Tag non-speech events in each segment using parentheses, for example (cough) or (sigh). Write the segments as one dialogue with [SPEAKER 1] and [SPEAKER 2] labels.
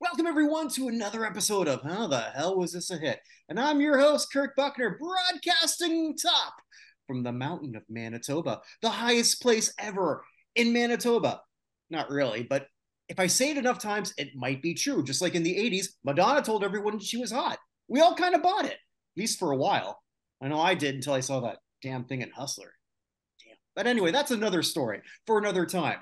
[SPEAKER 1] Welcome, everyone, to another episode of How the Hell Was This a Hit? And I'm your host, Kirk Buckner, broadcasting top from the mountain of Manitoba, the highest place ever in Manitoba. Not really, but if I say it enough times, it might be true. Just like in the 80s, Madonna told everyone she was hot. We all kind of bought it, at least for a while. I know I did until I saw that damn thing in Hustler. Damn. But anyway, that's another story for another time.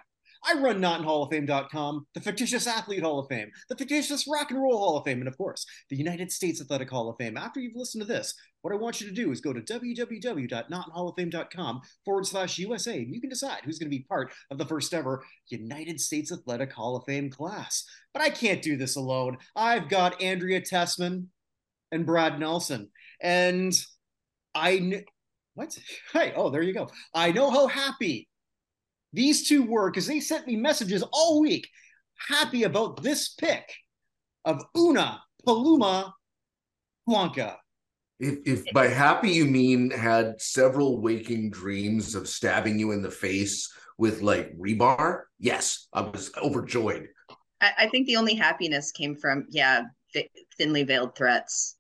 [SPEAKER 1] I run notinhollofame.com, the fictitious athlete hall of fame, the fictitious rock and roll hall of fame, and of course, the United States Athletic Hall of Fame. After you've listened to this, what I want you to do is go to www.notinhollofame.com forward slash USA, and you can decide who's going to be part of the first ever United States Athletic Hall of Fame class. But I can't do this alone. I've got Andrea Tessman and Brad Nelson, and I. Kn- what? (laughs) Hey, oh, there you go. I know how happy these two were because they sent me messages all week happy about this pick of Una Paluma Blanca.
[SPEAKER 2] If, if by happy you mean had several waking dreams of stabbing you in the face with like rebar, yes, I was overjoyed. (laughs)
[SPEAKER 3] I, I think the only happiness came from, yeah, thi- thinly veiled threats.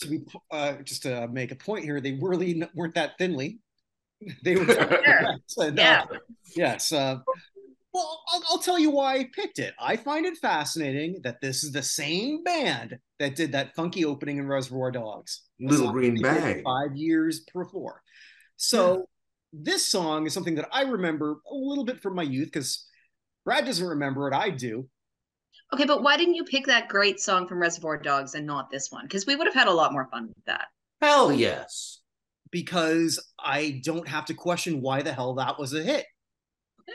[SPEAKER 1] To be uh, just to make a point here, they really n- weren't that thinly. (laughs) They were (laughs) and, uh,
[SPEAKER 3] Yeah.
[SPEAKER 1] yes. Uh, well, I'll, I'll tell you why I picked it. I find it fascinating that this is the same band that did that funky opening in Reservoir Dogs.
[SPEAKER 2] Little Green
[SPEAKER 1] They did
[SPEAKER 2] Bag.
[SPEAKER 1] Five years before. So this song is something that I remember a little bit from my youth because Brad doesn't remember it. I do.
[SPEAKER 3] Okay, but why didn't you pick that great song from Reservoir Dogs and not this one? Because we would have had a lot more fun with that.
[SPEAKER 2] Hell yes.
[SPEAKER 1] because I don't have to question why the hell that was a hit.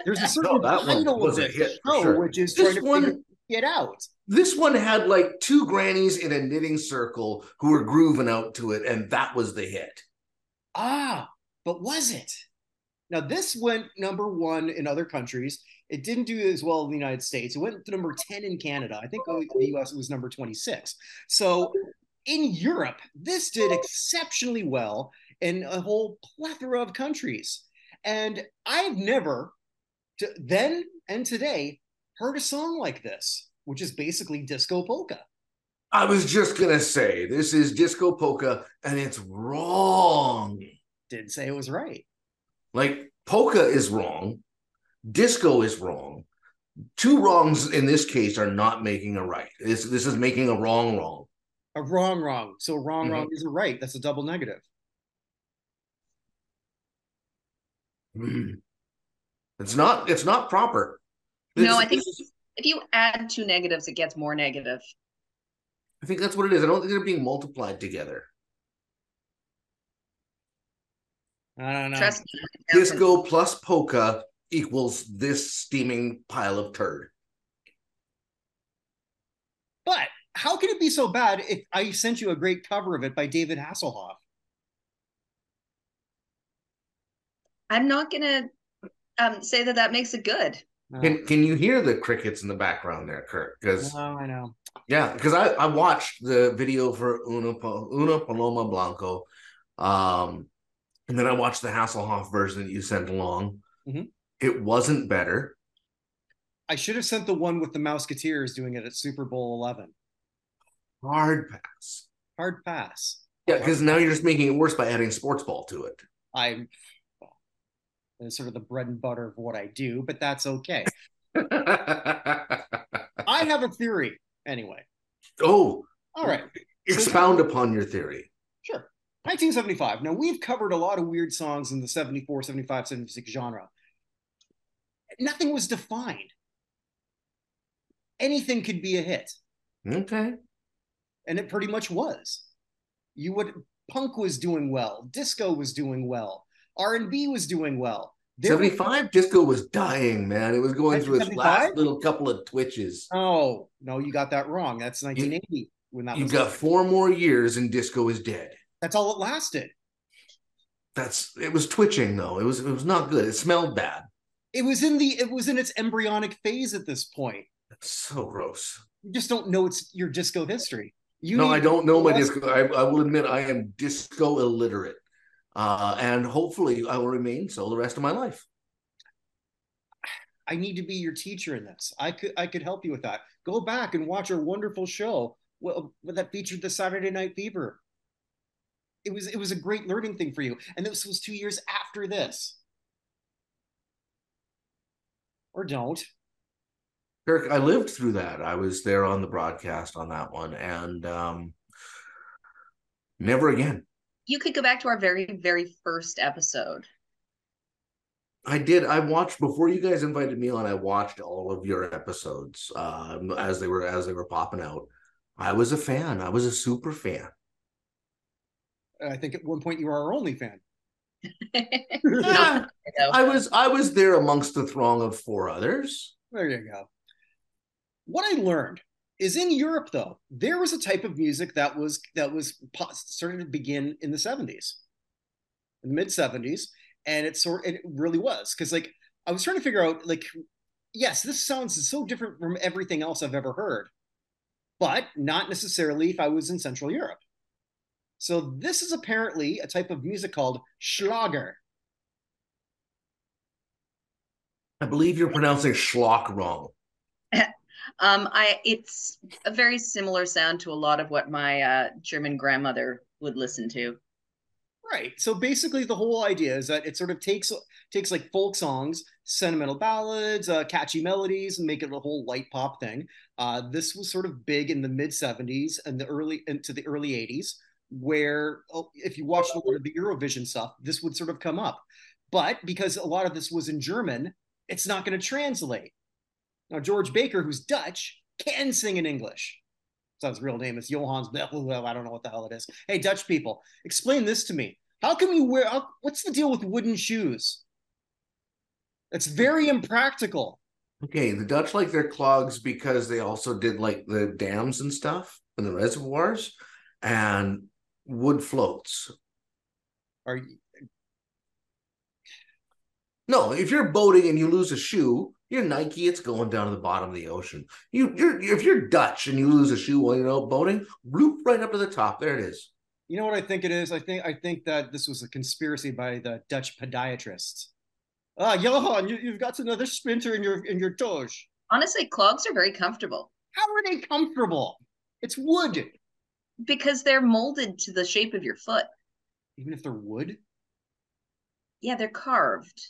[SPEAKER 1] There's a certain
[SPEAKER 2] No, that one
[SPEAKER 1] title
[SPEAKER 2] was
[SPEAKER 1] of
[SPEAKER 2] a
[SPEAKER 1] this
[SPEAKER 2] hit for
[SPEAKER 1] show
[SPEAKER 2] sure.
[SPEAKER 1] which is
[SPEAKER 2] This
[SPEAKER 1] trying to
[SPEAKER 2] one-
[SPEAKER 1] figure it out.
[SPEAKER 2] This one had like two grannies in a knitting circle who were grooving out to it, and that was the hit.
[SPEAKER 1] Ah, but was it? Now this went number one in other countries. It didn't do as well in the United States. It went to number ten in Canada. I think in the U.S. it was number twenty-six. So in Europe, this did exceptionally well in a whole plethora of countries. And I've never, to then and today, heard a song like this, which is basically disco polka.
[SPEAKER 2] I was just gonna say this is disco polka, and it's wrong.
[SPEAKER 1] Didn't say it was right.
[SPEAKER 2] Like polka is wrong, disco is wrong. Two wrongs in this case are not making a right. This this is making a wrong wrong.
[SPEAKER 1] A wrong, wrong. So wrong, wrong isn't right. That's a double negative.
[SPEAKER 2] It's not it's not proper.
[SPEAKER 3] No,
[SPEAKER 2] This-
[SPEAKER 3] I think
[SPEAKER 2] this is-
[SPEAKER 3] if you add two negatives, it gets more negative.
[SPEAKER 2] I think that's what it is. I don't think they're being multiplied together.
[SPEAKER 1] I don't know.
[SPEAKER 3] Trust me.
[SPEAKER 2] Disco plus polka equals this steaming pile of turd.
[SPEAKER 1] But how can it be so bad if I sent you a great cover of it by David Hasselhoff?
[SPEAKER 3] I'm not gonna um, say that that makes it good.
[SPEAKER 1] No,
[SPEAKER 2] Can can you hear the crickets in the background there, Kirk? Because
[SPEAKER 1] No, oh, I know.
[SPEAKER 2] Yeah, because I, I watched the video for Una Pa- Una Paloma Blanco, um, and then I watched the Hasselhoff version that you sent along.
[SPEAKER 1] Mhm.
[SPEAKER 2] It wasn't better.
[SPEAKER 1] I should have sent the one with the Mouseketeers doing it at Super Bowl 11.
[SPEAKER 2] Hard pass.
[SPEAKER 1] Hard pass.
[SPEAKER 2] Yeah, because now you're just making it worse by adding sports ball to it. (laughs)
[SPEAKER 1] I'm well, it's sort of the bread and butter of what I do, but that's okay. I have a theory anyway.
[SPEAKER 2] oh,
[SPEAKER 1] All right.
[SPEAKER 2] expound upon your theory.
[SPEAKER 1] Sure. 1975. Now, we've covered a lot of weird songs in the 74, 75, 76 genre. Nothing was defined. Anything could be a hit,
[SPEAKER 2] Okay.
[SPEAKER 1] and it pretty much was. You would punk was doing well, disco was doing well, R&B was doing well. There was-
[SPEAKER 2] 75 disco was dying, man. It was going through its
[SPEAKER 1] 1975?
[SPEAKER 2] last little couple of twitches.
[SPEAKER 1] Oh, no, you got that wrong. That's 1980 when that
[SPEAKER 2] You've
[SPEAKER 1] was.
[SPEAKER 2] got four more years and disco is dead.
[SPEAKER 1] That's all it lasted.
[SPEAKER 2] That's it was twitching though. It was it was not good. It smelled bad.
[SPEAKER 1] It was in the it was in its embryonic phase at this point.
[SPEAKER 2] That's so gross.
[SPEAKER 1] You just don't know it's your disco history. You
[SPEAKER 2] no,
[SPEAKER 1] need-
[SPEAKER 2] I don't know my
[SPEAKER 1] Well,
[SPEAKER 2] disco. I, I will admit I am disco illiterate. Uh, and hopefully I will remain so the rest of my life.
[SPEAKER 1] I need to be your teacher in this. I could I could help you with that. Go back and watch our wonderful show well, that featured the Saturday Night Fever. It was it was a great learning thing for you, and this was two years after this. Or don't.
[SPEAKER 2] Kirk, I lived through that. I was there on the broadcast on that one, and um, never again.
[SPEAKER 3] You could go back to our very very first episode. (laughs)
[SPEAKER 2] I did. I watched before you guys invited me on. I watched all of your episodes um, as they were as they were popping out. I was a fan. I was a super fan.
[SPEAKER 1] I think at one point you were our only fan. (laughs)
[SPEAKER 2] no, I was I was there amongst the throng of four others.
[SPEAKER 1] There you go. What I learned is in Europe though, there was a type of music that was that was started to begin in the 70s. In the mid 70s and it sort it really was cuz like I was trying to figure out like yes, this sounds so different from everything else I've ever heard but not necessarily if I was in Central Europe. So this is apparently a type of music called Schlager.
[SPEAKER 2] I believe you're pronouncing schlock wrong.
[SPEAKER 3] um, I it's a very similar sound to a lot of what my uh, German grandmother would listen to.
[SPEAKER 1] Right. So basically, the whole idea is that it sort of takes takes like folk songs, sentimental ballads, uh, catchy melodies, and make it a whole light pop thing. Uh, this was sort of big in the mid '70s and the early into the early '80s, where oh, if you watch a lot of the Eurovision stuff, this would sort of come up. But because a lot of this was in German, it's not going to translate. Now George Baker, who's Dutch, can sing in English. So his real name is Johannes. Blah, blah, blah, I don't know what the hell it is. Hey, Dutch people, explain this to me. How can you wear? How, what's the deal with wooden shoes? It's very impractical.
[SPEAKER 2] Okay, the Dutch like their clogs because they also did like the dams and stuff and the reservoirs and wood floats.
[SPEAKER 1] Are you?
[SPEAKER 2] No, if you're boating and you lose a shoe, you're Nike, it's going down to the bottom of the ocean. You, you're, if you're Dutch and you lose a shoe while you're out boating, bloop right up to the top. There it is.
[SPEAKER 1] You know what I think it is? I think I think that this was a conspiracy by the Dutch podiatrists. Ah, Johan, you, you've got another splinter in your in your toes.
[SPEAKER 3] Honestly, clogs are very comfortable
[SPEAKER 1] How are they comfortable? It's wood.
[SPEAKER 3] because they're molded to the shape of your foot.
[SPEAKER 1] Even if they're wood,
[SPEAKER 3] Yeah, they're carved.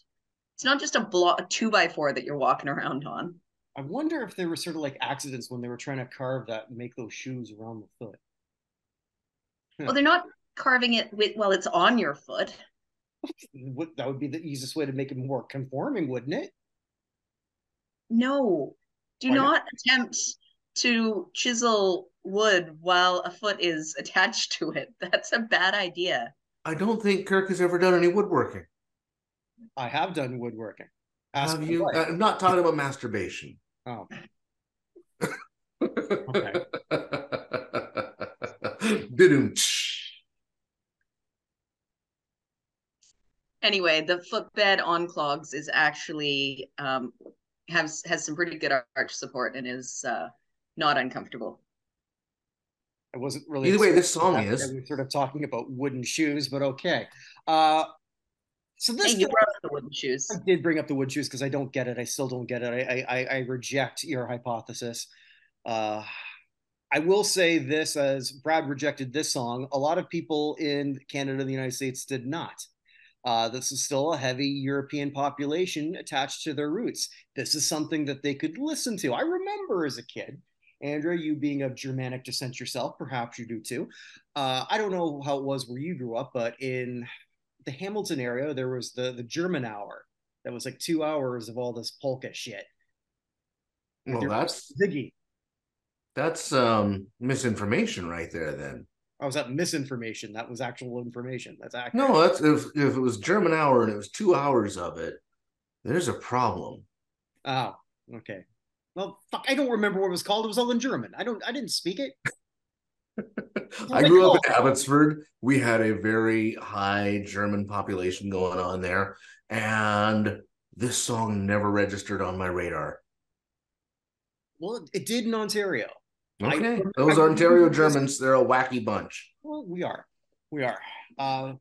[SPEAKER 3] It's not just a block, a two by four that you're walking around on.
[SPEAKER 1] I wonder if there were sort of like accidents when they were trying to carve that and make those shoes around the foot.
[SPEAKER 3] Well, they're not carving it with while it's on your foot.
[SPEAKER 1] Would- That would be the easiest way to make it more conforming, wouldn't it?
[SPEAKER 3] No, do
[SPEAKER 1] Why not?
[SPEAKER 3] not attempt to chisel wood while a foot is (laughs) attached to it. That's a bad idea.
[SPEAKER 2] I don't think Kirk has ever done any woodworking.
[SPEAKER 1] I have done woodworking. Ask
[SPEAKER 2] Have
[SPEAKER 1] my
[SPEAKER 2] you?
[SPEAKER 1] wife.
[SPEAKER 2] I'm not talking about masturbation.
[SPEAKER 1] Oh.
[SPEAKER 2] (laughs) Okay. Didn't.
[SPEAKER 3] Anyway, the footbed on clogs is actually um, has has some pretty good arch support and is uh, not uncomfortable.
[SPEAKER 1] (laughs) I wasn't really.
[SPEAKER 2] Either way, this
[SPEAKER 1] expecting
[SPEAKER 2] song
[SPEAKER 1] that.
[SPEAKER 2] is.
[SPEAKER 1] We We're sort of talking about wooden shoes, but okay. Uh, so this
[SPEAKER 3] Hey, you brought up the wooden shoes.
[SPEAKER 1] I did bring up the wood shoes because I don't get it. I still don't get it. I I, I- I reject your hypothesis. Uh, I will say this as Brad rejected this song. A lot of people in Canada and the United States did not. Uh, this is still a heavy European population attached to their roots. This is something that they could listen to. I remember as a kid, Andrea, you being of Germanic descent yourself, perhaps you do too. Uh, I don't know how it was where you grew up, but in the Hamilton area, there was the the German hour that was like two hours of all this polka shit.
[SPEAKER 2] Well, that's
[SPEAKER 1] Ziggy.
[SPEAKER 2] that's um misinformation right there. Then
[SPEAKER 1] I was that misinformation. That was actual information. That's accurate.
[SPEAKER 2] no, that's if if it was German hour and it was two hours of it, there's a problem.
[SPEAKER 1] Oh, okay. Well, fuck. I don't remember what it was called. It was all in German. I don't. I didn't speak it.
[SPEAKER 2] I grew up in Abbotsford. We had a very high German population going on there, and this song never registered on my radar.
[SPEAKER 1] Well, it- it did in Ontario. I-
[SPEAKER 2] Okay,
[SPEAKER 1] I-
[SPEAKER 2] those Ontario Germans, they're a wacky bunch.
[SPEAKER 1] Well, we are. We are. Uh,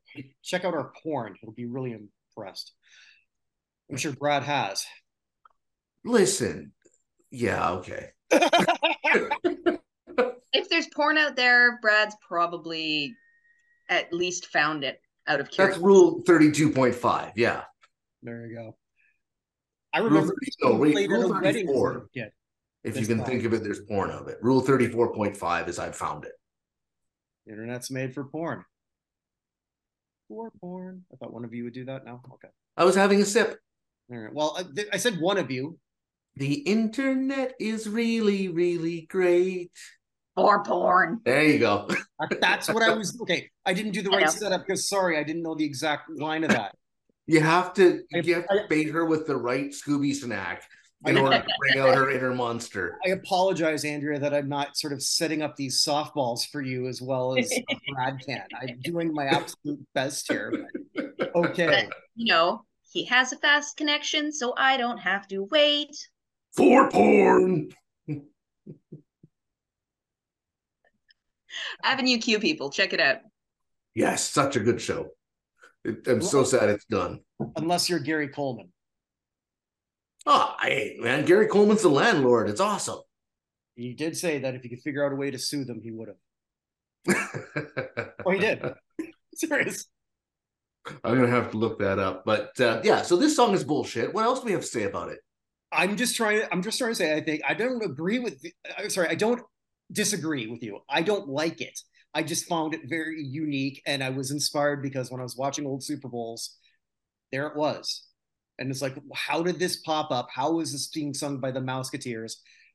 [SPEAKER 1] check out our porn. It'll be really impressed. I'm sure Brad has.
[SPEAKER 2] Listen, yeah, okay.
[SPEAKER 3] If there's porn out there, Brad's probably at least found it out of
[SPEAKER 2] That's
[SPEAKER 3] curiosity.
[SPEAKER 2] rule 32.5. Yeah.
[SPEAKER 1] There you go. I remember
[SPEAKER 2] three-
[SPEAKER 1] being
[SPEAKER 2] no, wait,
[SPEAKER 1] played at a
[SPEAKER 2] rule
[SPEAKER 1] wedding as a
[SPEAKER 2] 34.
[SPEAKER 1] kid.
[SPEAKER 2] If
[SPEAKER 1] That's
[SPEAKER 2] you can
[SPEAKER 1] fine.
[SPEAKER 2] think of it, there's porn of it. Rule 34.5 is I've found it.
[SPEAKER 1] The internet's made for porn. For porn. I thought one of you would do that. No? Okay.
[SPEAKER 2] I was having a sip.
[SPEAKER 1] All right. Well, I, th- I said one of you.
[SPEAKER 2] The internet is really, really great.
[SPEAKER 3] Or porn.
[SPEAKER 2] There you go. (laughs)
[SPEAKER 1] Uh, That's what I was. Okay. I didn't do the
[SPEAKER 3] I
[SPEAKER 1] right
[SPEAKER 3] know.
[SPEAKER 1] setup because, sorry, I didn't know the exact line of that.
[SPEAKER 2] You have to
[SPEAKER 1] I-
[SPEAKER 2] you have to bait her with the right Scooby snack in
[SPEAKER 1] I- (laughs)
[SPEAKER 2] order to bring out her inner monster.
[SPEAKER 1] I apologize, Andrea, that I'm not sort of setting up these softballs for you as well as
[SPEAKER 3] (laughs)
[SPEAKER 1] Brad can. I'm doing my absolute best here. but- Okay.
[SPEAKER 3] You know, he has a fast connection, so I don't have to wait.
[SPEAKER 2] For porn.
[SPEAKER 3] Avenue Q people, check it out.
[SPEAKER 2] Yes, such a good show. It- I'm so sad it's done.
[SPEAKER 1] Unless you're Gary Coleman.
[SPEAKER 2] Oh, hey, man, Gary Coleman's the landlord. It's awesome. (laughs)
[SPEAKER 1] He did say that if he could figure out a way to sue them, he would have. Oh, he
[SPEAKER 3] (laughs)
[SPEAKER 1] did. Serious.
[SPEAKER 2] I'm gonna have to look that up. But uh, yeah, so this song is bullshit. What else do we have to say about it?
[SPEAKER 1] I'm just trying. I'm just trying to say. I think I don't agree with. the- I'm sorry. I don't disagree with you. I don't like it. I just found it very unique, and I was inspired because when I was watching old Super Bowls, there it was, and it's like, how did this pop up? How is this being sung by the Mouseketeers?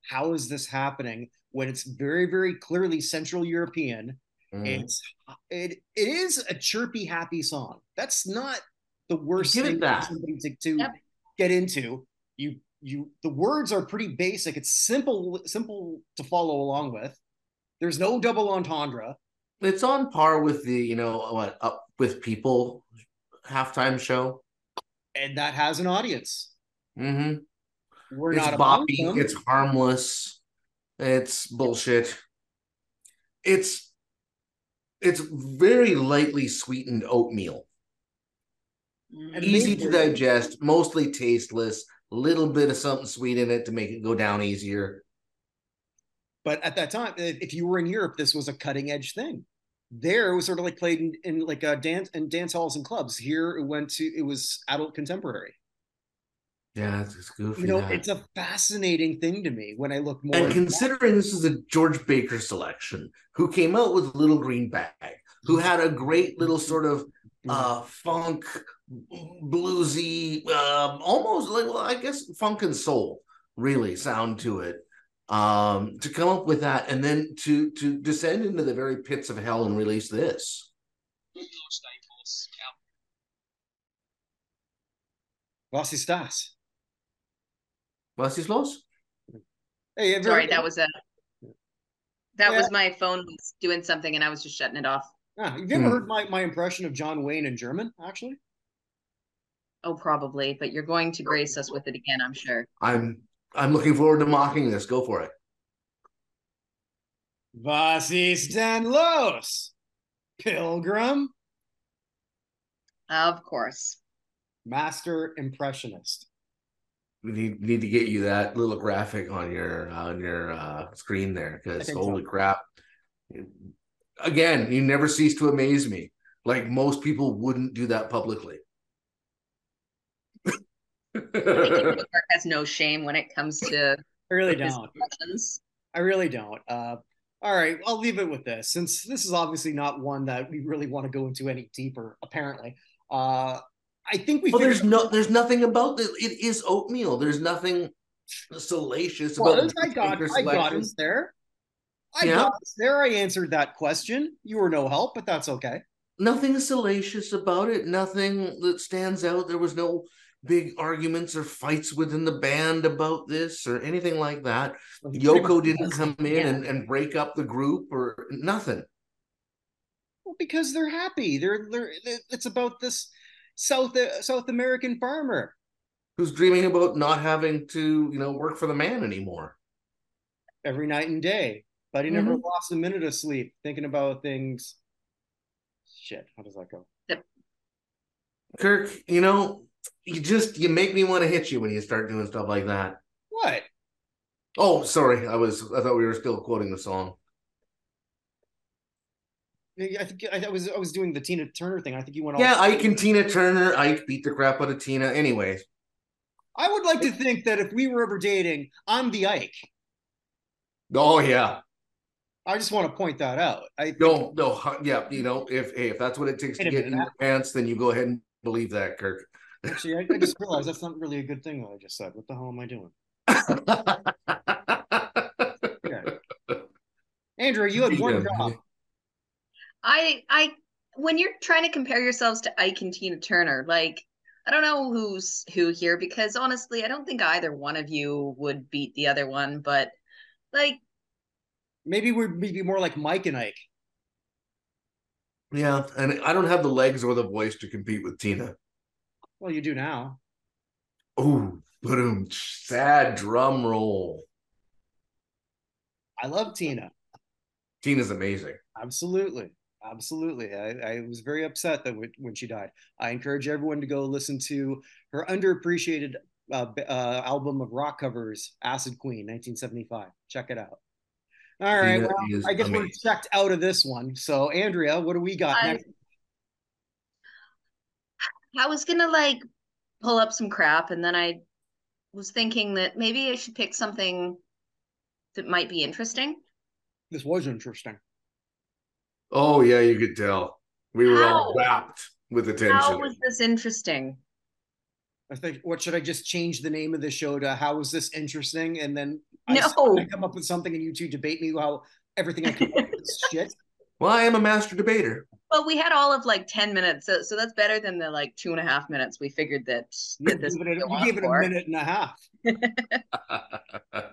[SPEAKER 1] How is this happening when it's very, very clearly Central European?
[SPEAKER 2] Mm-hmm.
[SPEAKER 1] It's it it is a chirpy, happy song. That's not the worst
[SPEAKER 2] Give it
[SPEAKER 1] thing for
[SPEAKER 2] that.
[SPEAKER 1] somebody to, to
[SPEAKER 3] Yep.
[SPEAKER 1] get into. You you the words are pretty basic. It's simple simple to follow along with. There's no double entendre.
[SPEAKER 2] It's on par with the you know what up with people halftime show.
[SPEAKER 1] And that has an audience.
[SPEAKER 2] Mm-hmm.
[SPEAKER 1] We're
[SPEAKER 2] It's
[SPEAKER 1] not among
[SPEAKER 2] boppy.
[SPEAKER 1] them.
[SPEAKER 2] It's harmless. It's bullshit. It's it's very lightly sweetened oatmeal.
[SPEAKER 3] Mm-hmm.
[SPEAKER 1] And
[SPEAKER 2] Easy
[SPEAKER 1] maybe-
[SPEAKER 2] to digest, mostly tasteless. Little bit of something sweet in it to make it go down easier.
[SPEAKER 1] but at that time, if if you were in Europe, this was a cutting edge thing. There it was sort of like played in, in like a dance and dance halls and clubs. Here it went to it was adult contemporary.
[SPEAKER 2] Yeah, it's, it's goofy.
[SPEAKER 1] you know
[SPEAKER 2] that.
[SPEAKER 1] it's a fascinating thing to me when i look more
[SPEAKER 2] And considering this is a George Baker selection, who came out with Little Green Bag, who had a great little sort of uh, funk, bluesy, um, almost like, well, I guess funk and soul really sound to it. Um, to come up with that and then to to descend into the very pits of hell and release this.
[SPEAKER 1] was estás
[SPEAKER 2] Was ist los?
[SPEAKER 1] hey have you
[SPEAKER 3] Sorry,
[SPEAKER 1] ever-
[SPEAKER 3] that was a that
[SPEAKER 1] Yeah.
[SPEAKER 3] was my phone was doing something and I was just shutting it off.
[SPEAKER 1] Ah, you've never
[SPEAKER 2] Hmm.
[SPEAKER 1] heard my, my impression of john wayne in german actually
[SPEAKER 3] Oh, probably, but you're going to grace us with it again, I'm sure.
[SPEAKER 2] I'm I'm looking forward to mocking this. Go for it.
[SPEAKER 1] was están los pilgrim
[SPEAKER 3] Of course.
[SPEAKER 1] master impressionist
[SPEAKER 2] We need need to get you that little graphic on your on your uh, screen there because
[SPEAKER 1] think
[SPEAKER 2] holy crap! Again, you never cease to amaze me. Like most people wouldn't do that
[SPEAKER 1] (laughs)
[SPEAKER 2] publicly.
[SPEAKER 3] Mark has no shame when it comes to (laughs)
[SPEAKER 1] i really
[SPEAKER 3] his
[SPEAKER 1] don't
[SPEAKER 3] emotions.
[SPEAKER 1] i really don't uh all right i'll leave it with this since this is obviously not one that we really want to go into any deeper apparently uh i think we
[SPEAKER 2] well,
[SPEAKER 1] figured-
[SPEAKER 2] there's no, there's nothing about this. It is oatmeal. There's nothing salacious
[SPEAKER 1] Well,
[SPEAKER 2] about.
[SPEAKER 1] I got,
[SPEAKER 2] Baker's
[SPEAKER 1] I got
[SPEAKER 2] selection.
[SPEAKER 1] us there. I
[SPEAKER 2] Yeah.
[SPEAKER 1] got us there. I answered that question. You were no help, but that's okay.
[SPEAKER 2] nothing salacious about it nothing that stands out there was no big arguments or fights within the band about this or anything like that yoko didn't come in
[SPEAKER 3] Yeah.
[SPEAKER 2] and, and break up the group or nothing
[SPEAKER 1] Well, because they're happy. They're, they're it's about this South uh, South American farmer.
[SPEAKER 2] who's dreaming about not having to you know work for the man anymore
[SPEAKER 1] every night and day. But he never
[SPEAKER 2] Mm-hmm.
[SPEAKER 1] lost a minute of sleep thinking about things. Shit, how does that go?
[SPEAKER 2] kirk you know you just you make me want to hit you when you start doing stuff like that
[SPEAKER 1] What?
[SPEAKER 2] Oh, sorry. I was I thought we were still quoting the song.
[SPEAKER 1] I think I I was I was doing the Tina Turner thing. I think you went all.
[SPEAKER 2] Yeah, Ike and Tina Turner. Ike beat the crap out of Tina. Anyways,
[SPEAKER 1] I would like to think that if we were ever dating, I'm the Ike.
[SPEAKER 2] oh yeah,
[SPEAKER 1] I just want to point that out. I
[SPEAKER 2] no, no, huh, yeah. You know, if hey, if that's what it takes
[SPEAKER 1] Wait
[SPEAKER 2] to
[SPEAKER 1] a
[SPEAKER 2] get
[SPEAKER 1] minute,
[SPEAKER 2] in your pants, then you go ahead and believe that, Kirk. (laughs)
[SPEAKER 1] actually, I, I just realized that's not really a good thing that I just said. What the hell am I doing? Andrew, you had one
[SPEAKER 2] Yeah.
[SPEAKER 1] job.
[SPEAKER 3] I I when you're trying to compare yourselves to Ike and Tina Turner, like I don't know who's who here because honestly, I don't think either one of you would beat the other one, but like
[SPEAKER 1] Maybe we'd be more like Mike and Ike.
[SPEAKER 2] yeah, and I don't have the legs or the voice to compete with Tina.
[SPEAKER 1] Well, you do now.
[SPEAKER 2] Oh, boom! Sad drum roll.
[SPEAKER 1] I love Tina.
[SPEAKER 2] Tina's amazing.
[SPEAKER 1] Absolutely. Absolutely. I, I was very upset that when- when she died. I encourage everyone to go listen to her underappreciated uh, b- uh, album of rock covers, Acid Queen, 1975. Check it out. All right.
[SPEAKER 2] Tina
[SPEAKER 1] Well,
[SPEAKER 2] is
[SPEAKER 1] I guess we're
[SPEAKER 2] amazing.
[SPEAKER 1] checked out of this one. So, Andrea, what do we got
[SPEAKER 3] I-
[SPEAKER 1] next?
[SPEAKER 3] I was gonna like pull up some crap and then I was thinking that maybe I should pick something that might be interesting.
[SPEAKER 1] This was interesting.
[SPEAKER 2] Oh yeah, you could tell we were
[SPEAKER 3] How?
[SPEAKER 2] all wrapped with attention.
[SPEAKER 3] How was this interesting?
[SPEAKER 1] I think, what should I just change the name of the show to? How is this interesting? And then I, s-
[SPEAKER 3] No.
[SPEAKER 1] I come up with something and you two debate me how everything I come up with
[SPEAKER 3] (laughs)
[SPEAKER 1] is shit.
[SPEAKER 2] well, I am a master debater. (laughs)
[SPEAKER 3] Well, we had all of like 10 minutes, so so that's better than the like two and a half minutes we figured that,
[SPEAKER 1] You
[SPEAKER 3] that this
[SPEAKER 1] gave it,
[SPEAKER 3] would
[SPEAKER 1] a,
[SPEAKER 3] go
[SPEAKER 1] you
[SPEAKER 3] on
[SPEAKER 1] gave it a
[SPEAKER 3] for.
[SPEAKER 1] minute and a half.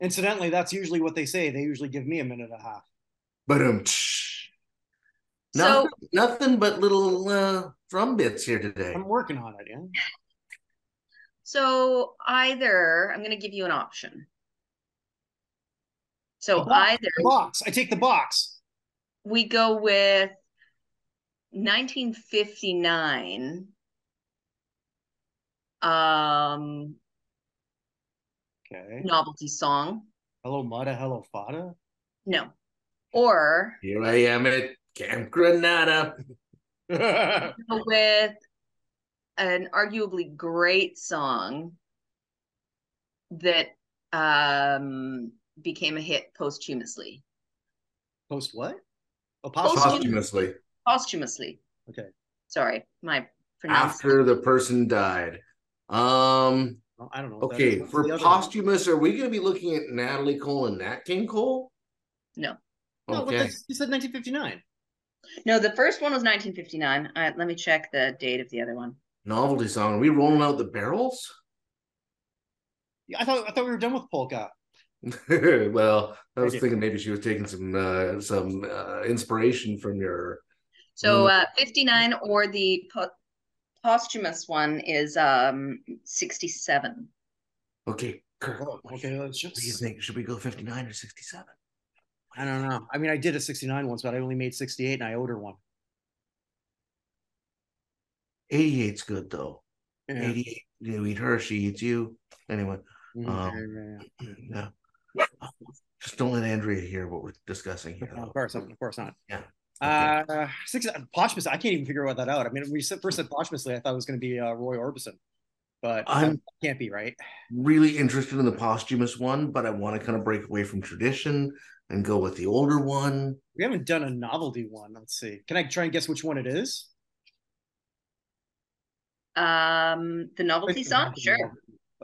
[SPEAKER 1] Incidentally, that's usually what they say. They usually give me a minute and a half.
[SPEAKER 2] But um,
[SPEAKER 3] So
[SPEAKER 2] nothing, nothing but little uh, drum bits here today.
[SPEAKER 1] I'm working on it.
[SPEAKER 3] (laughs)
[SPEAKER 1] Yeah.
[SPEAKER 3] so either I'm gonna give you an option. So
[SPEAKER 1] Okay.
[SPEAKER 3] either
[SPEAKER 1] Box. I take the box.
[SPEAKER 3] we go with 1959 um
[SPEAKER 1] Okay.
[SPEAKER 3] novelty song.
[SPEAKER 1] Hello, Mada. Hello,
[SPEAKER 3] (laughs)
[SPEAKER 1] Fada.
[SPEAKER 3] No. Or
[SPEAKER 2] Here I am at Camp Granada.
[SPEAKER 1] That's
[SPEAKER 3] go with an arguably great song that um became a hit posthumously.
[SPEAKER 1] Post what? Oh,
[SPEAKER 3] Post-
[SPEAKER 1] post-
[SPEAKER 2] Posthumously,
[SPEAKER 3] Posthumously.
[SPEAKER 1] Okay.
[SPEAKER 3] Sorry, my pronunciation.
[SPEAKER 2] after the person died. Um.
[SPEAKER 1] Oh, I don't know. what that
[SPEAKER 2] Okay,
[SPEAKER 1] is.
[SPEAKER 2] for
[SPEAKER 1] The other one.
[SPEAKER 2] posthumous, are we going to be looking at Natalie Cole and Nat King Cole?
[SPEAKER 3] No.
[SPEAKER 1] No, but
[SPEAKER 2] Okay.
[SPEAKER 1] that's, you said 1959.
[SPEAKER 3] No, the first one was 1959. Uh, let me check the date of the other one.
[SPEAKER 2] Novelty song. Are we rolling out the barrels? (laughs)
[SPEAKER 1] Yeah, I thought I thought we were done with polka.
[SPEAKER 2] well, I
[SPEAKER 1] Thank
[SPEAKER 2] was
[SPEAKER 1] you.
[SPEAKER 2] thinking maybe she was taking some uh, some uh, inspiration from your.
[SPEAKER 3] So
[SPEAKER 2] Mm.
[SPEAKER 3] uh, 59 or the po- posthumous one is um 67.
[SPEAKER 2] Okay, Kirk.
[SPEAKER 1] Oh,
[SPEAKER 2] what
[SPEAKER 1] okay, let's
[SPEAKER 2] do you
[SPEAKER 1] just.
[SPEAKER 2] think? Should we go fifty nine or sixty seven?
[SPEAKER 1] I don't know. I mean, I did a 69 once, but I only made 68 and I owed her one.
[SPEAKER 2] 88's good though.
[SPEAKER 1] Yeah.
[SPEAKER 2] Eighty eight. You eat her, she eats you. Anyway,
[SPEAKER 1] Mhm,
[SPEAKER 2] um,
[SPEAKER 1] yeah, yeah, yeah.
[SPEAKER 2] yeah. Just don't let Andrea hear what we're discussing here.
[SPEAKER 1] No, of
[SPEAKER 2] though.
[SPEAKER 1] course not. Of course not.
[SPEAKER 2] Yeah.
[SPEAKER 1] Uh, six posthumously. I can't even figure what that out. I mean, we said, first said posthumously. I thought it was going to be uh, Roy Orbison, but
[SPEAKER 2] I'm
[SPEAKER 1] that can't be right.
[SPEAKER 2] really interested in the posthumous one, but I want to kind of break away from tradition and go with the older one.
[SPEAKER 1] We haven't done a novelty one. Let's see. Can I try and guess which one it is?
[SPEAKER 3] Um the novelty song? Sure.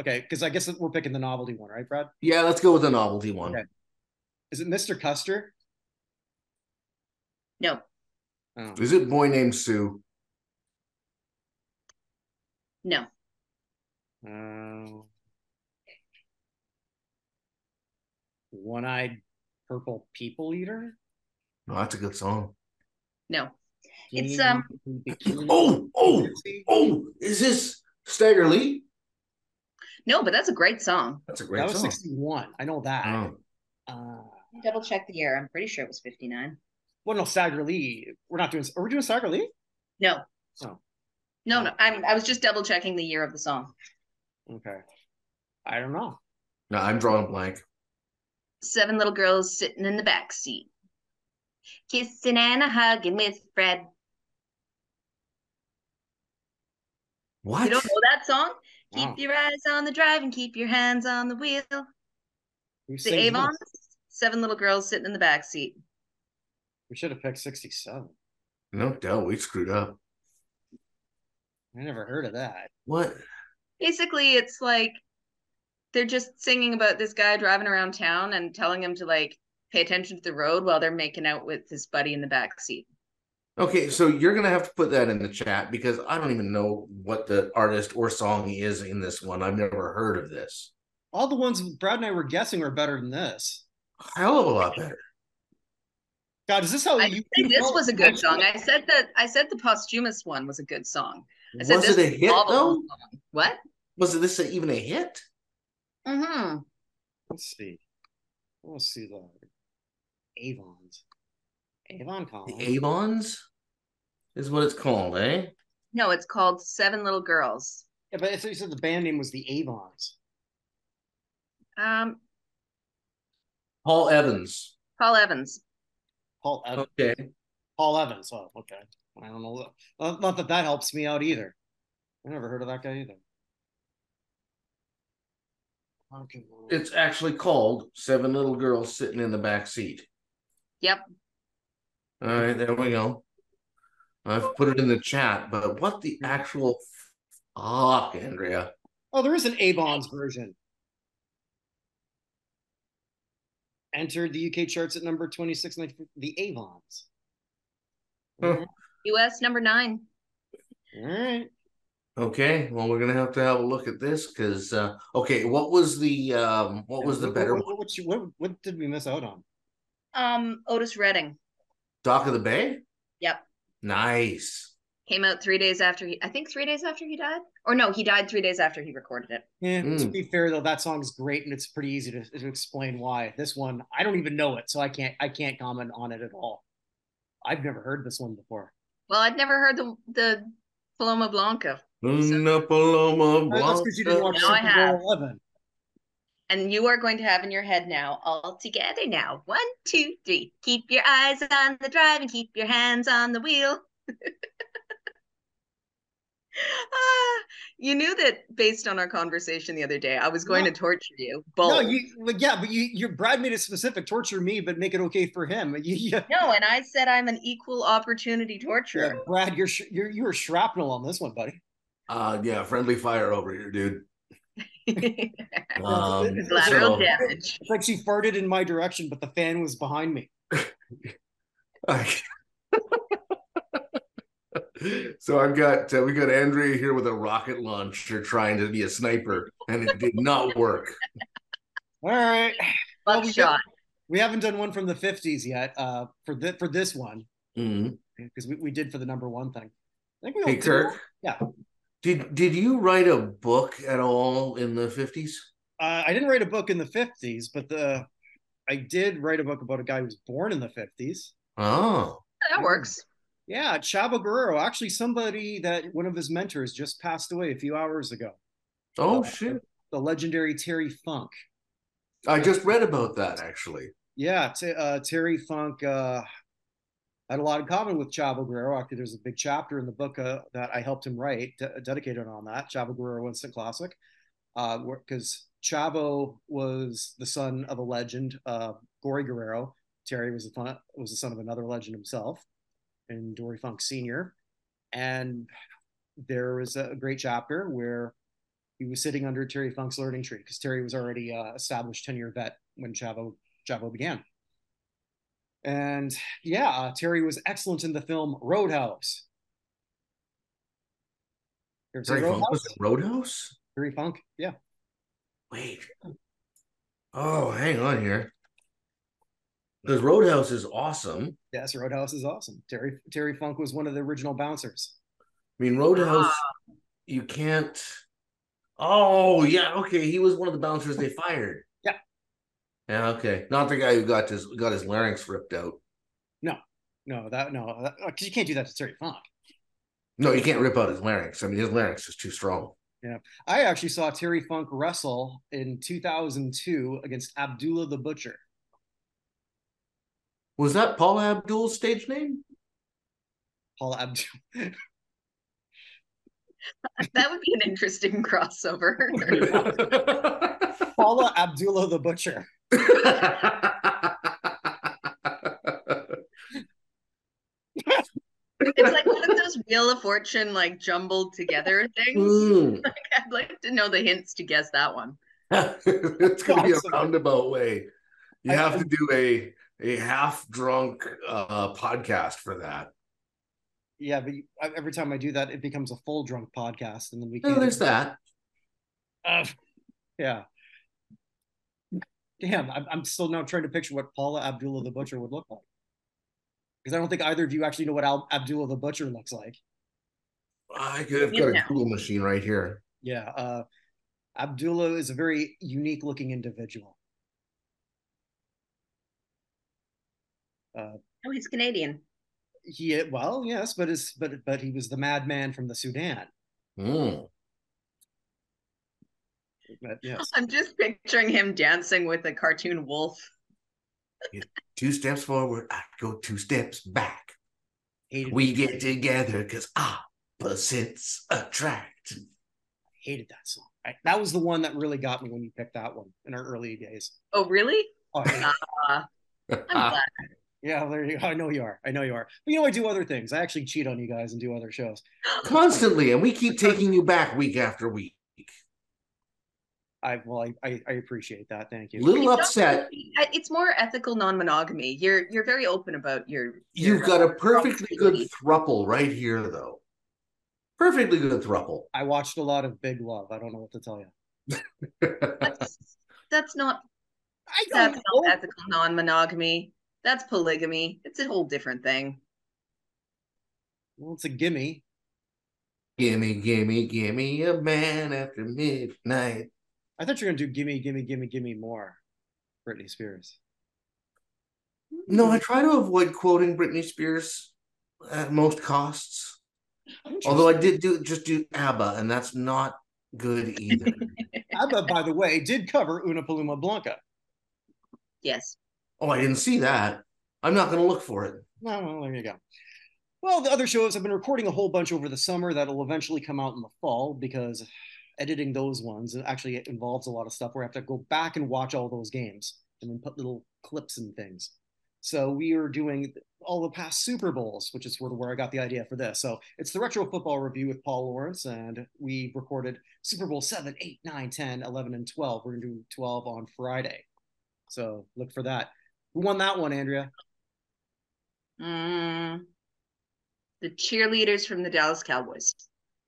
[SPEAKER 1] Okay, because I guess we're picking the novelty one, right, Brad?
[SPEAKER 2] Yeah, let's go with the novelty one.
[SPEAKER 1] Okay. Is it Mr. Custer?
[SPEAKER 3] No.
[SPEAKER 1] Oh.
[SPEAKER 2] Is it Boy Named Sue?
[SPEAKER 3] No.
[SPEAKER 1] Uh, one-eyed purple people eater.
[SPEAKER 2] No, that's a good song.
[SPEAKER 3] No. It's, um, (coughs)
[SPEAKER 1] Bikini-
[SPEAKER 2] Oh, oh, oh, is this Stagger Lee?
[SPEAKER 3] No, but that's a great song.
[SPEAKER 2] That's a great
[SPEAKER 1] that was
[SPEAKER 2] song.
[SPEAKER 1] 61. I know that.
[SPEAKER 2] Oh.
[SPEAKER 1] Uh,
[SPEAKER 3] Let me Double check the year. I'm pretty sure it was 59.
[SPEAKER 1] well, no, Stagger Lee. We're not doing. Are we doing Stagger Lee?
[SPEAKER 3] No.
[SPEAKER 1] Oh.
[SPEAKER 3] No, no. I'm I was just double checking the year of the song.
[SPEAKER 1] Okay. I don't know.
[SPEAKER 2] No, I'm drawing a blank.
[SPEAKER 3] Seven little girls sitting in the back seat, kissing and a hugging with Fred.
[SPEAKER 2] What?
[SPEAKER 3] You don't know that song?
[SPEAKER 1] Wow.
[SPEAKER 3] Keep your eyes on the drive and keep your hands on the wheel.
[SPEAKER 1] We
[SPEAKER 3] The
[SPEAKER 1] sing-
[SPEAKER 3] Avon, seven little girls sitting in the back seat.
[SPEAKER 1] We should have picked 67.
[SPEAKER 2] No, Dell, we screwed up.
[SPEAKER 1] I never heard of that.
[SPEAKER 2] What?
[SPEAKER 3] basically it's like they're just singing about this guy driving around town and telling him to like pay attention to the road while they're making out with his buddy in the back seat.
[SPEAKER 2] Okay, so you're gonna have to put that in the chat because I don't even know what the artist or song is in this one. I've never heard of this.
[SPEAKER 1] All the ones Brad and I were guessing are better than this.
[SPEAKER 2] Hell of a lot better.
[SPEAKER 1] God, is this
[SPEAKER 2] Oh,
[SPEAKER 1] how
[SPEAKER 3] I
[SPEAKER 1] you?
[SPEAKER 3] think this was a good song. I
[SPEAKER 1] said.
[SPEAKER 3] said that I said the posthumous one was a good song. I
[SPEAKER 2] Was
[SPEAKER 3] said
[SPEAKER 2] it
[SPEAKER 3] this
[SPEAKER 2] a hit
[SPEAKER 3] novel
[SPEAKER 2] though?
[SPEAKER 3] song. What?
[SPEAKER 2] Was it this even a hit?
[SPEAKER 3] Mm-hmm.
[SPEAKER 1] Let's see. We'll see the Avon's. Avon
[SPEAKER 2] The
[SPEAKER 1] Collins.
[SPEAKER 2] Avons is what it's called, eh?
[SPEAKER 3] No, it's called Seven Little Girls.
[SPEAKER 1] yeah, but I thought you said the band name was the Avons.
[SPEAKER 3] Um,
[SPEAKER 2] Paul Evans.
[SPEAKER 3] Paul Evans.
[SPEAKER 1] Paul Evans.
[SPEAKER 2] Okay.
[SPEAKER 1] Paul Evans. Oh, okay. I don't know. Not not that that helps me out either. I never heard of that guy either. Okay, well,
[SPEAKER 2] It's actually called Seven Little Girls Sitting in the Back Seat.
[SPEAKER 3] Yep.
[SPEAKER 2] All right, there we go. I've put it in the chat, but what the actual fuck, Andrea?
[SPEAKER 1] oh, there is an Avon's version. Entered the UK charts at number 26, like the Avons.
[SPEAKER 2] Huh.
[SPEAKER 3] US number nine.
[SPEAKER 1] All right.
[SPEAKER 2] Okay, well, we're gonna have to have a look at this because uh, okay, what was the um, what was the better
[SPEAKER 1] what,
[SPEAKER 2] one?
[SPEAKER 1] what, what, what, what did we miss out on?
[SPEAKER 3] Um, Otis Redding
[SPEAKER 2] Dock of the Bay?
[SPEAKER 3] Yep.
[SPEAKER 2] Nice.
[SPEAKER 3] came out three days after he I think three days after he died. Or no, he died three days after he recorded it.
[SPEAKER 1] Yeah, Eh, to
[SPEAKER 2] Mm.
[SPEAKER 1] be fair though, that song's great and it's pretty easy to, to explain why. This one, I don't even know it, so I can't I can't comment on it at all. I've never heard this one before.
[SPEAKER 3] Well, I'd never heard the the Paloma Blanca,
[SPEAKER 2] Una paloma
[SPEAKER 1] Well, Uh, that's because you didn't watch
[SPEAKER 3] uh, Now I
[SPEAKER 1] Super
[SPEAKER 3] have.
[SPEAKER 1] Bowl Eleven.
[SPEAKER 3] and you are going to have in your head now, all together now. One, two, three. Keep your eyes on the drive and keep your hands on the wheel. (laughs) ah, you knew that based on our conversation the other day, I was going
[SPEAKER 1] No.
[SPEAKER 3] to torture you.
[SPEAKER 1] No,
[SPEAKER 3] Bold. No,
[SPEAKER 1] you like, yeah, but you you Brad made it specific. Torture me, but make it okay for him. (laughs) You, you,
[SPEAKER 3] and I said I'm an equal opportunity torturer.
[SPEAKER 1] yeah, Brad, you're sh- you're you're shrapnel on this one, buddy.
[SPEAKER 2] Uh, yeah, friendly fire over here, dude. Um,
[SPEAKER 3] (laughs) Collateral
[SPEAKER 2] so- (laughs)
[SPEAKER 3] damage.
[SPEAKER 1] It's like she farted in my direction, but the fan was behind me.
[SPEAKER 2] (laughs) so I've got uh, we got Andrea here with a rocket launcher trying to be a sniper, and it did not work.
[SPEAKER 1] All right. Well, we
[SPEAKER 3] Buckshot.
[SPEAKER 1] We haven't done one from the 50s yet uh, for the, for this one.
[SPEAKER 2] Mhm.
[SPEAKER 1] because we, we did for the number one thing. I think we all
[SPEAKER 2] Hey
[SPEAKER 1] did.
[SPEAKER 2] Kirk,
[SPEAKER 1] Yeah.
[SPEAKER 2] did did you write a book at all in the fifties?
[SPEAKER 1] Uh, I didn't write a book in the fifties, but the I did write a book about a guy who was born in the fifties.
[SPEAKER 2] Oh,
[SPEAKER 3] That works.
[SPEAKER 1] Yeah, Chavo Guerrero, actually somebody that one of his mentors just passed away a few hours ago.
[SPEAKER 2] oh
[SPEAKER 1] Uh,
[SPEAKER 2] shit!
[SPEAKER 1] The legendary Terry Funk.
[SPEAKER 2] I just read about that actually.
[SPEAKER 1] Yeah, t- uh, Terry Funk uh, had a lot in common with Chavo Guerrero. Actually, there's a big chapter in the book uh, that I helped him write, de- dedicated on that Chavo Guerrero Instant Classic, because Uh, Chavo was the son of a legend, uh, Gory Guerrero. Terry was the fun- was the son of another legend himself, and Dory Funk Senior. And there was a great chapter where he was sitting under Terry Funk's learning tree because Terry was already uh, established ten year vet when Chavo Chavo began. And yeah, uh, Terry was excellent in the film Roadhouse. There's
[SPEAKER 2] Sorry,
[SPEAKER 1] a
[SPEAKER 2] Funk
[SPEAKER 1] Roadhouse.
[SPEAKER 2] was it Roadhouse.
[SPEAKER 1] Terry Funk, yeah.
[SPEAKER 2] Wait. Oh, hang on here. Because Roadhouse is awesome.
[SPEAKER 1] Yes, Roadhouse is awesome. Terry Terry Funk was one of the original bouncers.
[SPEAKER 2] I mean, Roadhouse, you can't. Oh, yeah. Okay. He was one of the bouncers they fired.
[SPEAKER 1] Yeah.
[SPEAKER 2] Yeah. Okay. Not the guy who got his got his larynx ripped out.
[SPEAKER 1] No, that no, that- 'cause you can't do that to Terry Funk.
[SPEAKER 2] No, you can't rip out his larynx. I mean, his larynx is too strong.
[SPEAKER 1] Yeah. I actually saw Terry Funk wrestle in 2002 against Abdullah the Butcher.
[SPEAKER 2] Was that Paul Abdul's stage (laughs) name?
[SPEAKER 1] Paul Abdul.
[SPEAKER 3] That would be an interesting (laughs) crossover.
[SPEAKER 1] (laughs) Paula Abdullah the Butcher.
[SPEAKER 3] it's like one of those Wheel of Fortune like jumbled together things.
[SPEAKER 2] Mm.
[SPEAKER 3] (laughs) I'd like to know the hints to guess that one.
[SPEAKER 2] (laughs) it's gonna be a
[SPEAKER 1] Awesome.
[SPEAKER 2] roundabout way. You
[SPEAKER 1] I-
[SPEAKER 2] have to do a a half drunk uh, podcast for that.
[SPEAKER 1] Yeah, but you, every time I do that, it becomes a full drunk podcast, and then we
[SPEAKER 2] Oh,
[SPEAKER 1] can't.
[SPEAKER 2] there's that.
[SPEAKER 1] (laughs) Ugh. yeah. Damn, I'm, I'm still now trying to picture what Paula Abdullah the Butcher would look like. Because I don't think either of you actually know what Al- Abdullah the Butcher looks like.
[SPEAKER 2] I could have
[SPEAKER 3] You
[SPEAKER 2] got a
[SPEAKER 3] know.
[SPEAKER 2] Google machine right here.
[SPEAKER 1] Yeah. Uh, Abdullah is a very unique looking individual.
[SPEAKER 3] Oh, he's Canadian.
[SPEAKER 1] He, well, yes, but is but but he was the madman from the Sudan.
[SPEAKER 2] Mm.
[SPEAKER 1] But yes,
[SPEAKER 3] I'm just picturing him dancing with a cartoon wolf.
[SPEAKER 2] Two steps forward, I go two steps back.
[SPEAKER 1] hated
[SPEAKER 2] We get together because opposites attract.
[SPEAKER 1] hated that song. I, that was the one that really got me when you picked that one in our early days.
[SPEAKER 3] Oh, really?
[SPEAKER 1] Oh, I hate it.
[SPEAKER 2] Ah.
[SPEAKER 3] I'm glad.
[SPEAKER 1] yeah, there you go. I know you are. I know you are. But you know, I do other things. I actually cheat on you guys and do other shows.
[SPEAKER 2] (laughs) Constantly, and we keep taking you back week after week.
[SPEAKER 1] I well, I, I, I appreciate that. Thank you.
[SPEAKER 2] Little upset.
[SPEAKER 3] I- uh, It's more ethical non-monogamy. You're you're very open about your.
[SPEAKER 2] You've
[SPEAKER 3] your-
[SPEAKER 2] got a perfectly good thruple right here, though. Perfectly good thruple.
[SPEAKER 1] I watched a lot of Big Love. I don't know what to tell you.
[SPEAKER 3] (laughs) That's, that's
[SPEAKER 2] (laughs)
[SPEAKER 3] not
[SPEAKER 1] I don't
[SPEAKER 3] that's
[SPEAKER 1] know.
[SPEAKER 3] not ethical non-monogamy. That's polygamy. It's a whole different thing.
[SPEAKER 1] Well, it's a gimme.
[SPEAKER 2] Gimme, gimme, gimme a man after midnight.
[SPEAKER 1] I thought you were gonna do gimme, gimme, gimme, gimme more. Britney Spears.
[SPEAKER 3] Mm-hmm.
[SPEAKER 2] No, I try to avoid quoting Britney Spears at most costs. Although I did do just do ABBA, and that's not good either.
[SPEAKER 1] ABBA, by the way, did cover Una Paloma Blanca.
[SPEAKER 3] Yes.
[SPEAKER 2] oh, I didn't see that. I'm not going to look for it.
[SPEAKER 1] Well, well, there you go. Well, the other shows I've been recording a whole bunch over the summer that'll eventually come out in the fall because editing those ones it actually involves a lot of stuff where I have to go back and watch all those games and then put little clips and things. So we are doing all the past Super Bowls, which is sort of where I got the idea for this. So it's the Retro Football Review with Paul Lawrence, and we recorded Super Bowl 7, 8, 9, 10, 11, and 12. We're going to do 12 on Friday. So look for that. Who won that one, Andrea?
[SPEAKER 3] Mm. the cheerleaders from the Dallas Cowboys.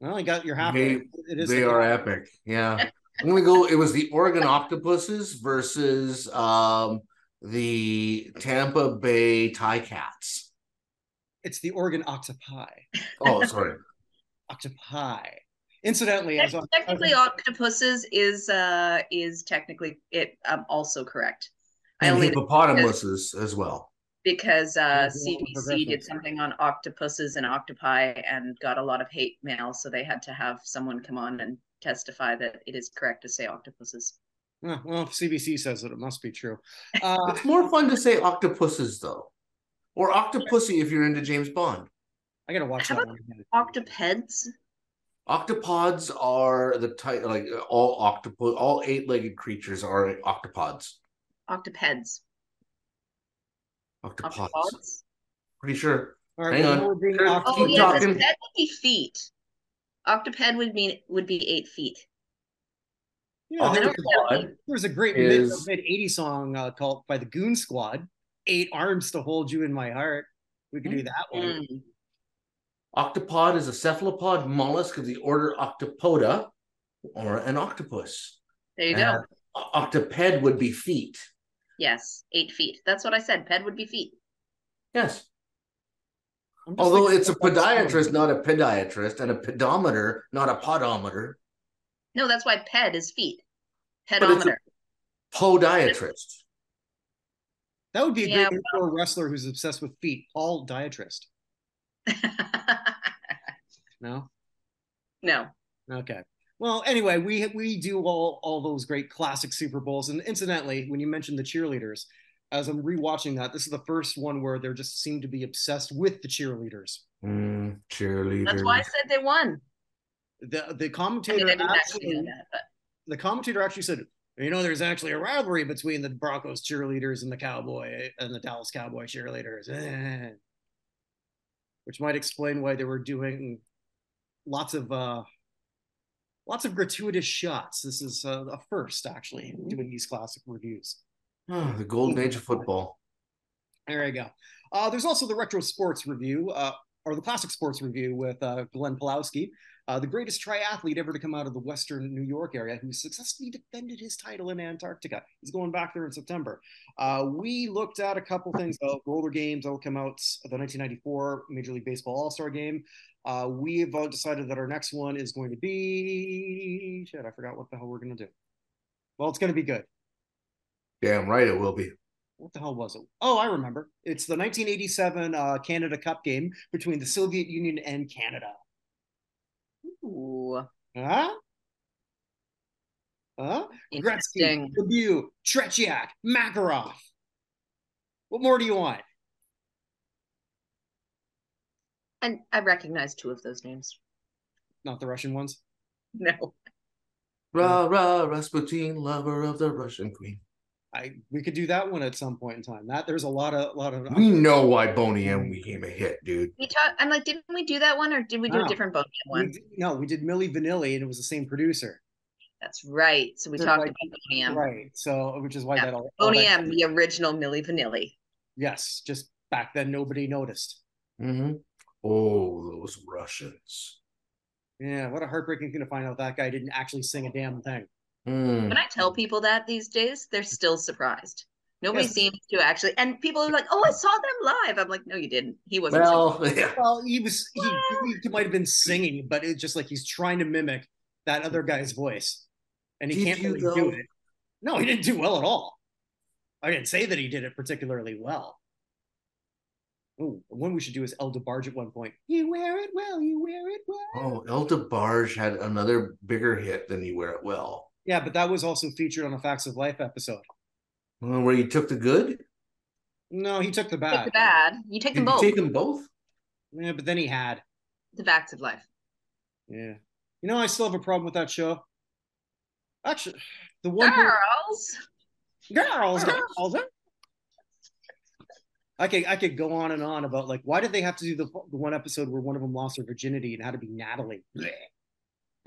[SPEAKER 1] Well, you got your halfway.
[SPEAKER 2] They-
[SPEAKER 1] it is
[SPEAKER 2] they are epic. Yeah. I'm going to go. It was the Oregon Octopuses versus um, the Tampa Bay Tie Cats.
[SPEAKER 1] It's the Oregon octopi.
[SPEAKER 2] Oh, sorry.
[SPEAKER 1] Octopi. Incidentally, I was on,
[SPEAKER 3] Technically, octopuses is uh is technically it um, also correct. I
[SPEAKER 2] and
[SPEAKER 3] only
[SPEAKER 2] hippopotamuses as well.
[SPEAKER 3] because
[SPEAKER 1] Yeah,
[SPEAKER 3] uh,
[SPEAKER 1] the
[SPEAKER 3] CBC did
[SPEAKER 1] progressives.
[SPEAKER 3] something on octopuses and octopi and got a lot of hate mail, so they had to have someone come on and testify that it is correct to say octopuses.
[SPEAKER 1] Oh, well, if CBC says it, it must be true. Uh,
[SPEAKER 2] It's more fun to say octopuses though, or octopussy if you're into James Bond.
[SPEAKER 1] I gotta watch
[SPEAKER 3] How
[SPEAKER 1] that
[SPEAKER 3] about
[SPEAKER 1] one. again.
[SPEAKER 3] Octopeds?
[SPEAKER 2] Octopods are the type like all octopus, all eight-legged creatures are octopods.
[SPEAKER 3] Octopeds.
[SPEAKER 2] Octopods.
[SPEAKER 3] Octopods?
[SPEAKER 2] Pretty sure.
[SPEAKER 1] All right,
[SPEAKER 2] Hang
[SPEAKER 1] well,
[SPEAKER 2] on.
[SPEAKER 1] now we're being
[SPEAKER 2] Kurt,
[SPEAKER 1] off-
[SPEAKER 3] Oh,
[SPEAKER 2] Keep
[SPEAKER 3] yeah, 'cause
[SPEAKER 2] talking.
[SPEAKER 3] ped would be feet. Octoped would mean would be eight feet.
[SPEAKER 1] You know,
[SPEAKER 3] I
[SPEAKER 1] there,
[SPEAKER 3] don't
[SPEAKER 1] was,
[SPEAKER 3] know.
[SPEAKER 1] there was a great
[SPEAKER 2] is-
[SPEAKER 1] mid '80s song uh, called by the Goon Squad, "Eight Arms to Hold You in My Heart." We could do that one.
[SPEAKER 3] Mm.
[SPEAKER 2] Octopod is a cephalopod mollusk of the order Octopoda, or an octopus.
[SPEAKER 3] There you
[SPEAKER 2] Yeah.
[SPEAKER 3] go.
[SPEAKER 2] O- Octoped would be feet.
[SPEAKER 3] Yes, eight feet. That's what I said. Ped would be feet.
[SPEAKER 2] Yes.
[SPEAKER 1] I'm just
[SPEAKER 2] Although
[SPEAKER 1] thinking
[SPEAKER 2] it's a
[SPEAKER 1] about that
[SPEAKER 2] podiatrist,
[SPEAKER 1] song.
[SPEAKER 2] not a podiatrist, and a pedometer, not a podometer.
[SPEAKER 3] No, that's why ped is feet.
[SPEAKER 2] it's a-
[SPEAKER 3] Pedometer.
[SPEAKER 2] Podiatrist.
[SPEAKER 1] that would be a
[SPEAKER 3] Yeah,
[SPEAKER 1] great name for a wrestler who's obsessed with feet. Paul Diatrist. No,
[SPEAKER 3] (laughs) no.
[SPEAKER 1] okay. Well, anyway, we we do all all those great classic Super Bowls, and incidentally, when you mentioned the cheerleaders, as I'm rewatching that, this is the first one where they just seem to be obsessed with the cheerleaders.
[SPEAKER 2] Mm, cheerleaders.
[SPEAKER 3] That's why I said they won.
[SPEAKER 1] The the
[SPEAKER 3] I mean,
[SPEAKER 1] commentator
[SPEAKER 3] I didn't actually know
[SPEAKER 1] actually,
[SPEAKER 3] that, but
[SPEAKER 1] the commentator actually said, you know, there's actually a rivalry between the Broncos cheerleaders and the Cowboy and the Dallas Cowboy cheerleaders, Eh. which might explain why they were doing lots of uh, lots of gratuitous shots. This is uh, a first, actually, doing these classic reviews.
[SPEAKER 2] Ah, the golden age of football.
[SPEAKER 1] There you go. Uh, there's also the retro sports review, uh, or the classic sports review with uh, Glenn Pulowski, uh, the greatest triathlete ever to come out of the Western New York area, who successfully defended his title in Antarctica. He's going back there in September. Uh, we looked at a couple things. though. roller games that'll come out the 1994 Major League Baseball All Star Game. Uh, we have all decided that our next one is going to be shit. I forgot what the hell we're going to do. Well, it's going to be good
[SPEAKER 2] Damn right it will be.
[SPEAKER 1] what the hell was it? Oh, I remember. It's the 1987 uh, Canada Cup game between the Soviet Union and Canada.
[SPEAKER 3] ooh,
[SPEAKER 1] Huh? Huh? Gretzky,
[SPEAKER 3] interesting.
[SPEAKER 1] Lemieux, Tretiak, Makarov. What more do you want?
[SPEAKER 3] And I recognize two of those names. (laughs)
[SPEAKER 1] Not the Russian ones.
[SPEAKER 3] No,
[SPEAKER 2] Rah rah Rasputin, lover of the Russian queen.
[SPEAKER 1] I we could do that one at some point in time. That there's a lot of lot of
[SPEAKER 2] We know why Boney M became a hit, dude.
[SPEAKER 3] we talk. I'm like, didn't we do that one, or did we do
[SPEAKER 1] No.
[SPEAKER 3] a different Boneyard
[SPEAKER 1] we
[SPEAKER 3] one?
[SPEAKER 1] did, no, we did Millie Vanilli and it was the same producer.
[SPEAKER 3] That's right. So we
[SPEAKER 1] They're
[SPEAKER 3] talked
[SPEAKER 1] like-
[SPEAKER 3] about Boney M.
[SPEAKER 1] Right. So which is why
[SPEAKER 3] Yeah,
[SPEAKER 1] that all, all
[SPEAKER 3] Boney
[SPEAKER 1] that-
[SPEAKER 3] M, the original Millie Vanilli.
[SPEAKER 1] Yes, just back then nobody noticed.
[SPEAKER 2] Mm-hmm. Oh, those Russians.
[SPEAKER 1] Yeah, what a heartbreaking thing to find out that guy didn't actually sing a damn thing.
[SPEAKER 2] Mm.
[SPEAKER 3] When I tell people that these days, they're still surprised. Nobody
[SPEAKER 1] Yes.
[SPEAKER 3] seems to actually, and people are like, "Oh, I saw them live." I'm like, "No, you didn't. He wasn't."
[SPEAKER 2] Well, (laughs) yeah.
[SPEAKER 1] Well, he was he,
[SPEAKER 3] Well-
[SPEAKER 1] he might have been singing, but it's just like he's trying to mimic that other guy's voice, and he
[SPEAKER 2] Did
[SPEAKER 1] can't
[SPEAKER 2] you,
[SPEAKER 1] really
[SPEAKER 2] though?
[SPEAKER 1] do it. No, he didn't do well at all. I didn't say that he did it particularly well. Ooh, one we should do is El DeBarge at one point. You wear it well, you wear it well.
[SPEAKER 2] Oh, El DeBarge had another bigger hit than You Wear It Well,
[SPEAKER 1] Yeah, but that was also featured on a Facts of Life episode.
[SPEAKER 2] Uh, where you took the good.
[SPEAKER 1] No, he took the
[SPEAKER 3] Take the
[SPEAKER 1] bad.
[SPEAKER 3] bad. You take
[SPEAKER 2] Did
[SPEAKER 1] (laughs)
[SPEAKER 3] them
[SPEAKER 2] you
[SPEAKER 3] both.
[SPEAKER 2] take them both?
[SPEAKER 1] Yeah, but then he had.
[SPEAKER 3] the facts of life.
[SPEAKER 1] Yeah. You know, I still have a problem with that show. Actually, the one who-
[SPEAKER 3] Girls.
[SPEAKER 1] girls, girls. eh? I could I could go on and on about like why did they have to do the, the one episode where one of them lost her virginity and had to be Natalie. Blech.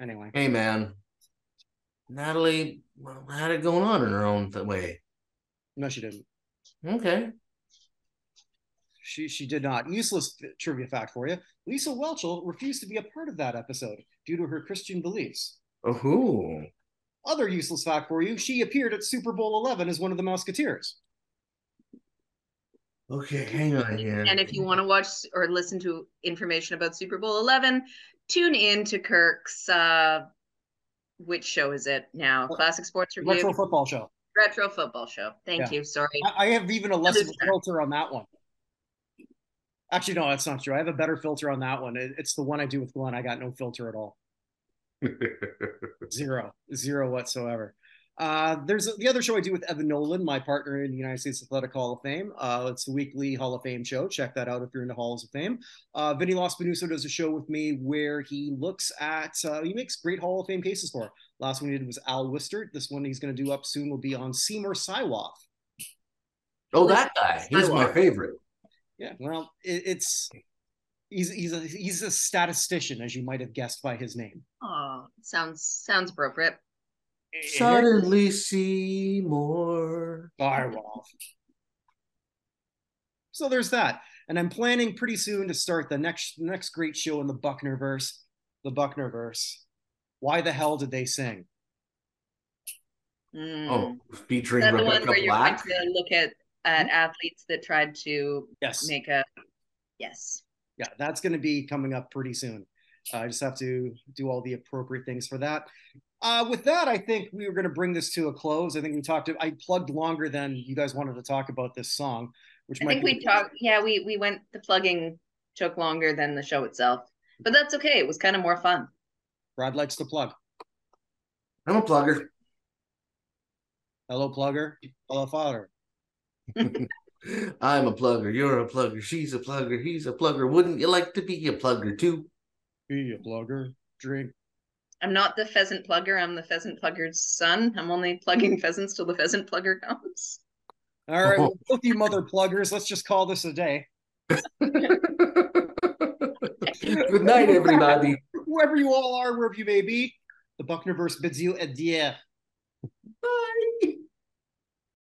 [SPEAKER 1] Anyway,
[SPEAKER 2] Hey, man. Natalie well, had it going on in her own th- way.
[SPEAKER 1] no, she didn't.
[SPEAKER 2] Okay.
[SPEAKER 1] She she did not. Useless trivia fact for you: Lisa Welchel refused to be a part of that episode due to her Christian beliefs.
[SPEAKER 2] Oh,
[SPEAKER 1] Other useless fact for you: She appeared at Super Bowl Eleven as one of the Musketeers.
[SPEAKER 2] okay. Hang on here.
[SPEAKER 3] And if you want to watch or listen to information about Super Bowl 11, tune in to Kirk's, uh, which show is it now? Classic Sports Review,
[SPEAKER 1] Retro
[SPEAKER 3] Retro,
[SPEAKER 1] football show.
[SPEAKER 3] Football Show. Thank
[SPEAKER 1] Yeah.
[SPEAKER 3] you. Sorry.
[SPEAKER 1] I, I have even a less of
[SPEAKER 3] Other
[SPEAKER 1] a filter on that one. Actually, no, that's not true. I have a better filter on that one. It- it's the one I do with Glenn. I got no filter at all. Zero, zero whatsoever. Uh, there's the other show I do with Evan Nolan, my partner in the United States Athletic Hall of Fame. Uh, it's the weekly Hall of Fame show. Check that out if you're into Halls of Fame. Uh, Vinny Lospinoso does a show with me where he looks at, uh, he makes great Hall of Fame cases for. Last one he did was Al Wistert. This one he's going to do up soon will be on Seymour Sywoff.
[SPEAKER 2] (laughs) oh, that guy. He's my favorite.
[SPEAKER 1] Yeah, well, it, it's he's he's a he's a statistician, as you might have guessed by his name.
[SPEAKER 3] Oh, sounds sounds appropriate.
[SPEAKER 2] Suddenly Seymour.
[SPEAKER 1] Firewall. So there's that, and I'm planning pretty soon to start the next next great show in the Bucknerverse, the Bucknerverse. Why the hell did they sing?
[SPEAKER 3] Mm.
[SPEAKER 2] Oh,
[SPEAKER 3] Is
[SPEAKER 2] featuring
[SPEAKER 3] that the one
[SPEAKER 2] Rebecca
[SPEAKER 3] where you're going
[SPEAKER 2] Black.
[SPEAKER 3] to look at, at athletes that tried to
[SPEAKER 1] Hmm? Yes,
[SPEAKER 3] make a. Yes.
[SPEAKER 1] yeah, that's going to be coming up pretty soon. Uh, I just have to do all the appropriate things for that. Uh, with that, I think we were going to bring this to a close. I think we talked. I plugged longer than you guys wanted to talk about this song, which
[SPEAKER 3] I
[SPEAKER 1] might
[SPEAKER 3] think
[SPEAKER 1] be-
[SPEAKER 3] we talked. Yeah, we, we went. The plugging took longer than the show itself, but that's okay. It was kind of more fun.
[SPEAKER 1] Brad likes to plug.
[SPEAKER 2] I'm a plugger.
[SPEAKER 1] Hello, plugger. Hello, father.
[SPEAKER 2] I'm a plugger. You're a plugger. She's a plugger. He's a plugger. Wouldn't you like to be a plugger too?
[SPEAKER 1] Be a plugger. Drink.
[SPEAKER 3] I'm not the pheasant plugger. I'm the pheasant plugger's son. I'm only plugging pheasants till the pheasant plugger comes.
[SPEAKER 1] All right, well, both you mother pluggers. Let's just call this a day.
[SPEAKER 2] Good night, everybody.
[SPEAKER 1] Whoever you all are, wherever you may be, the Bucknerverse bids you adieu.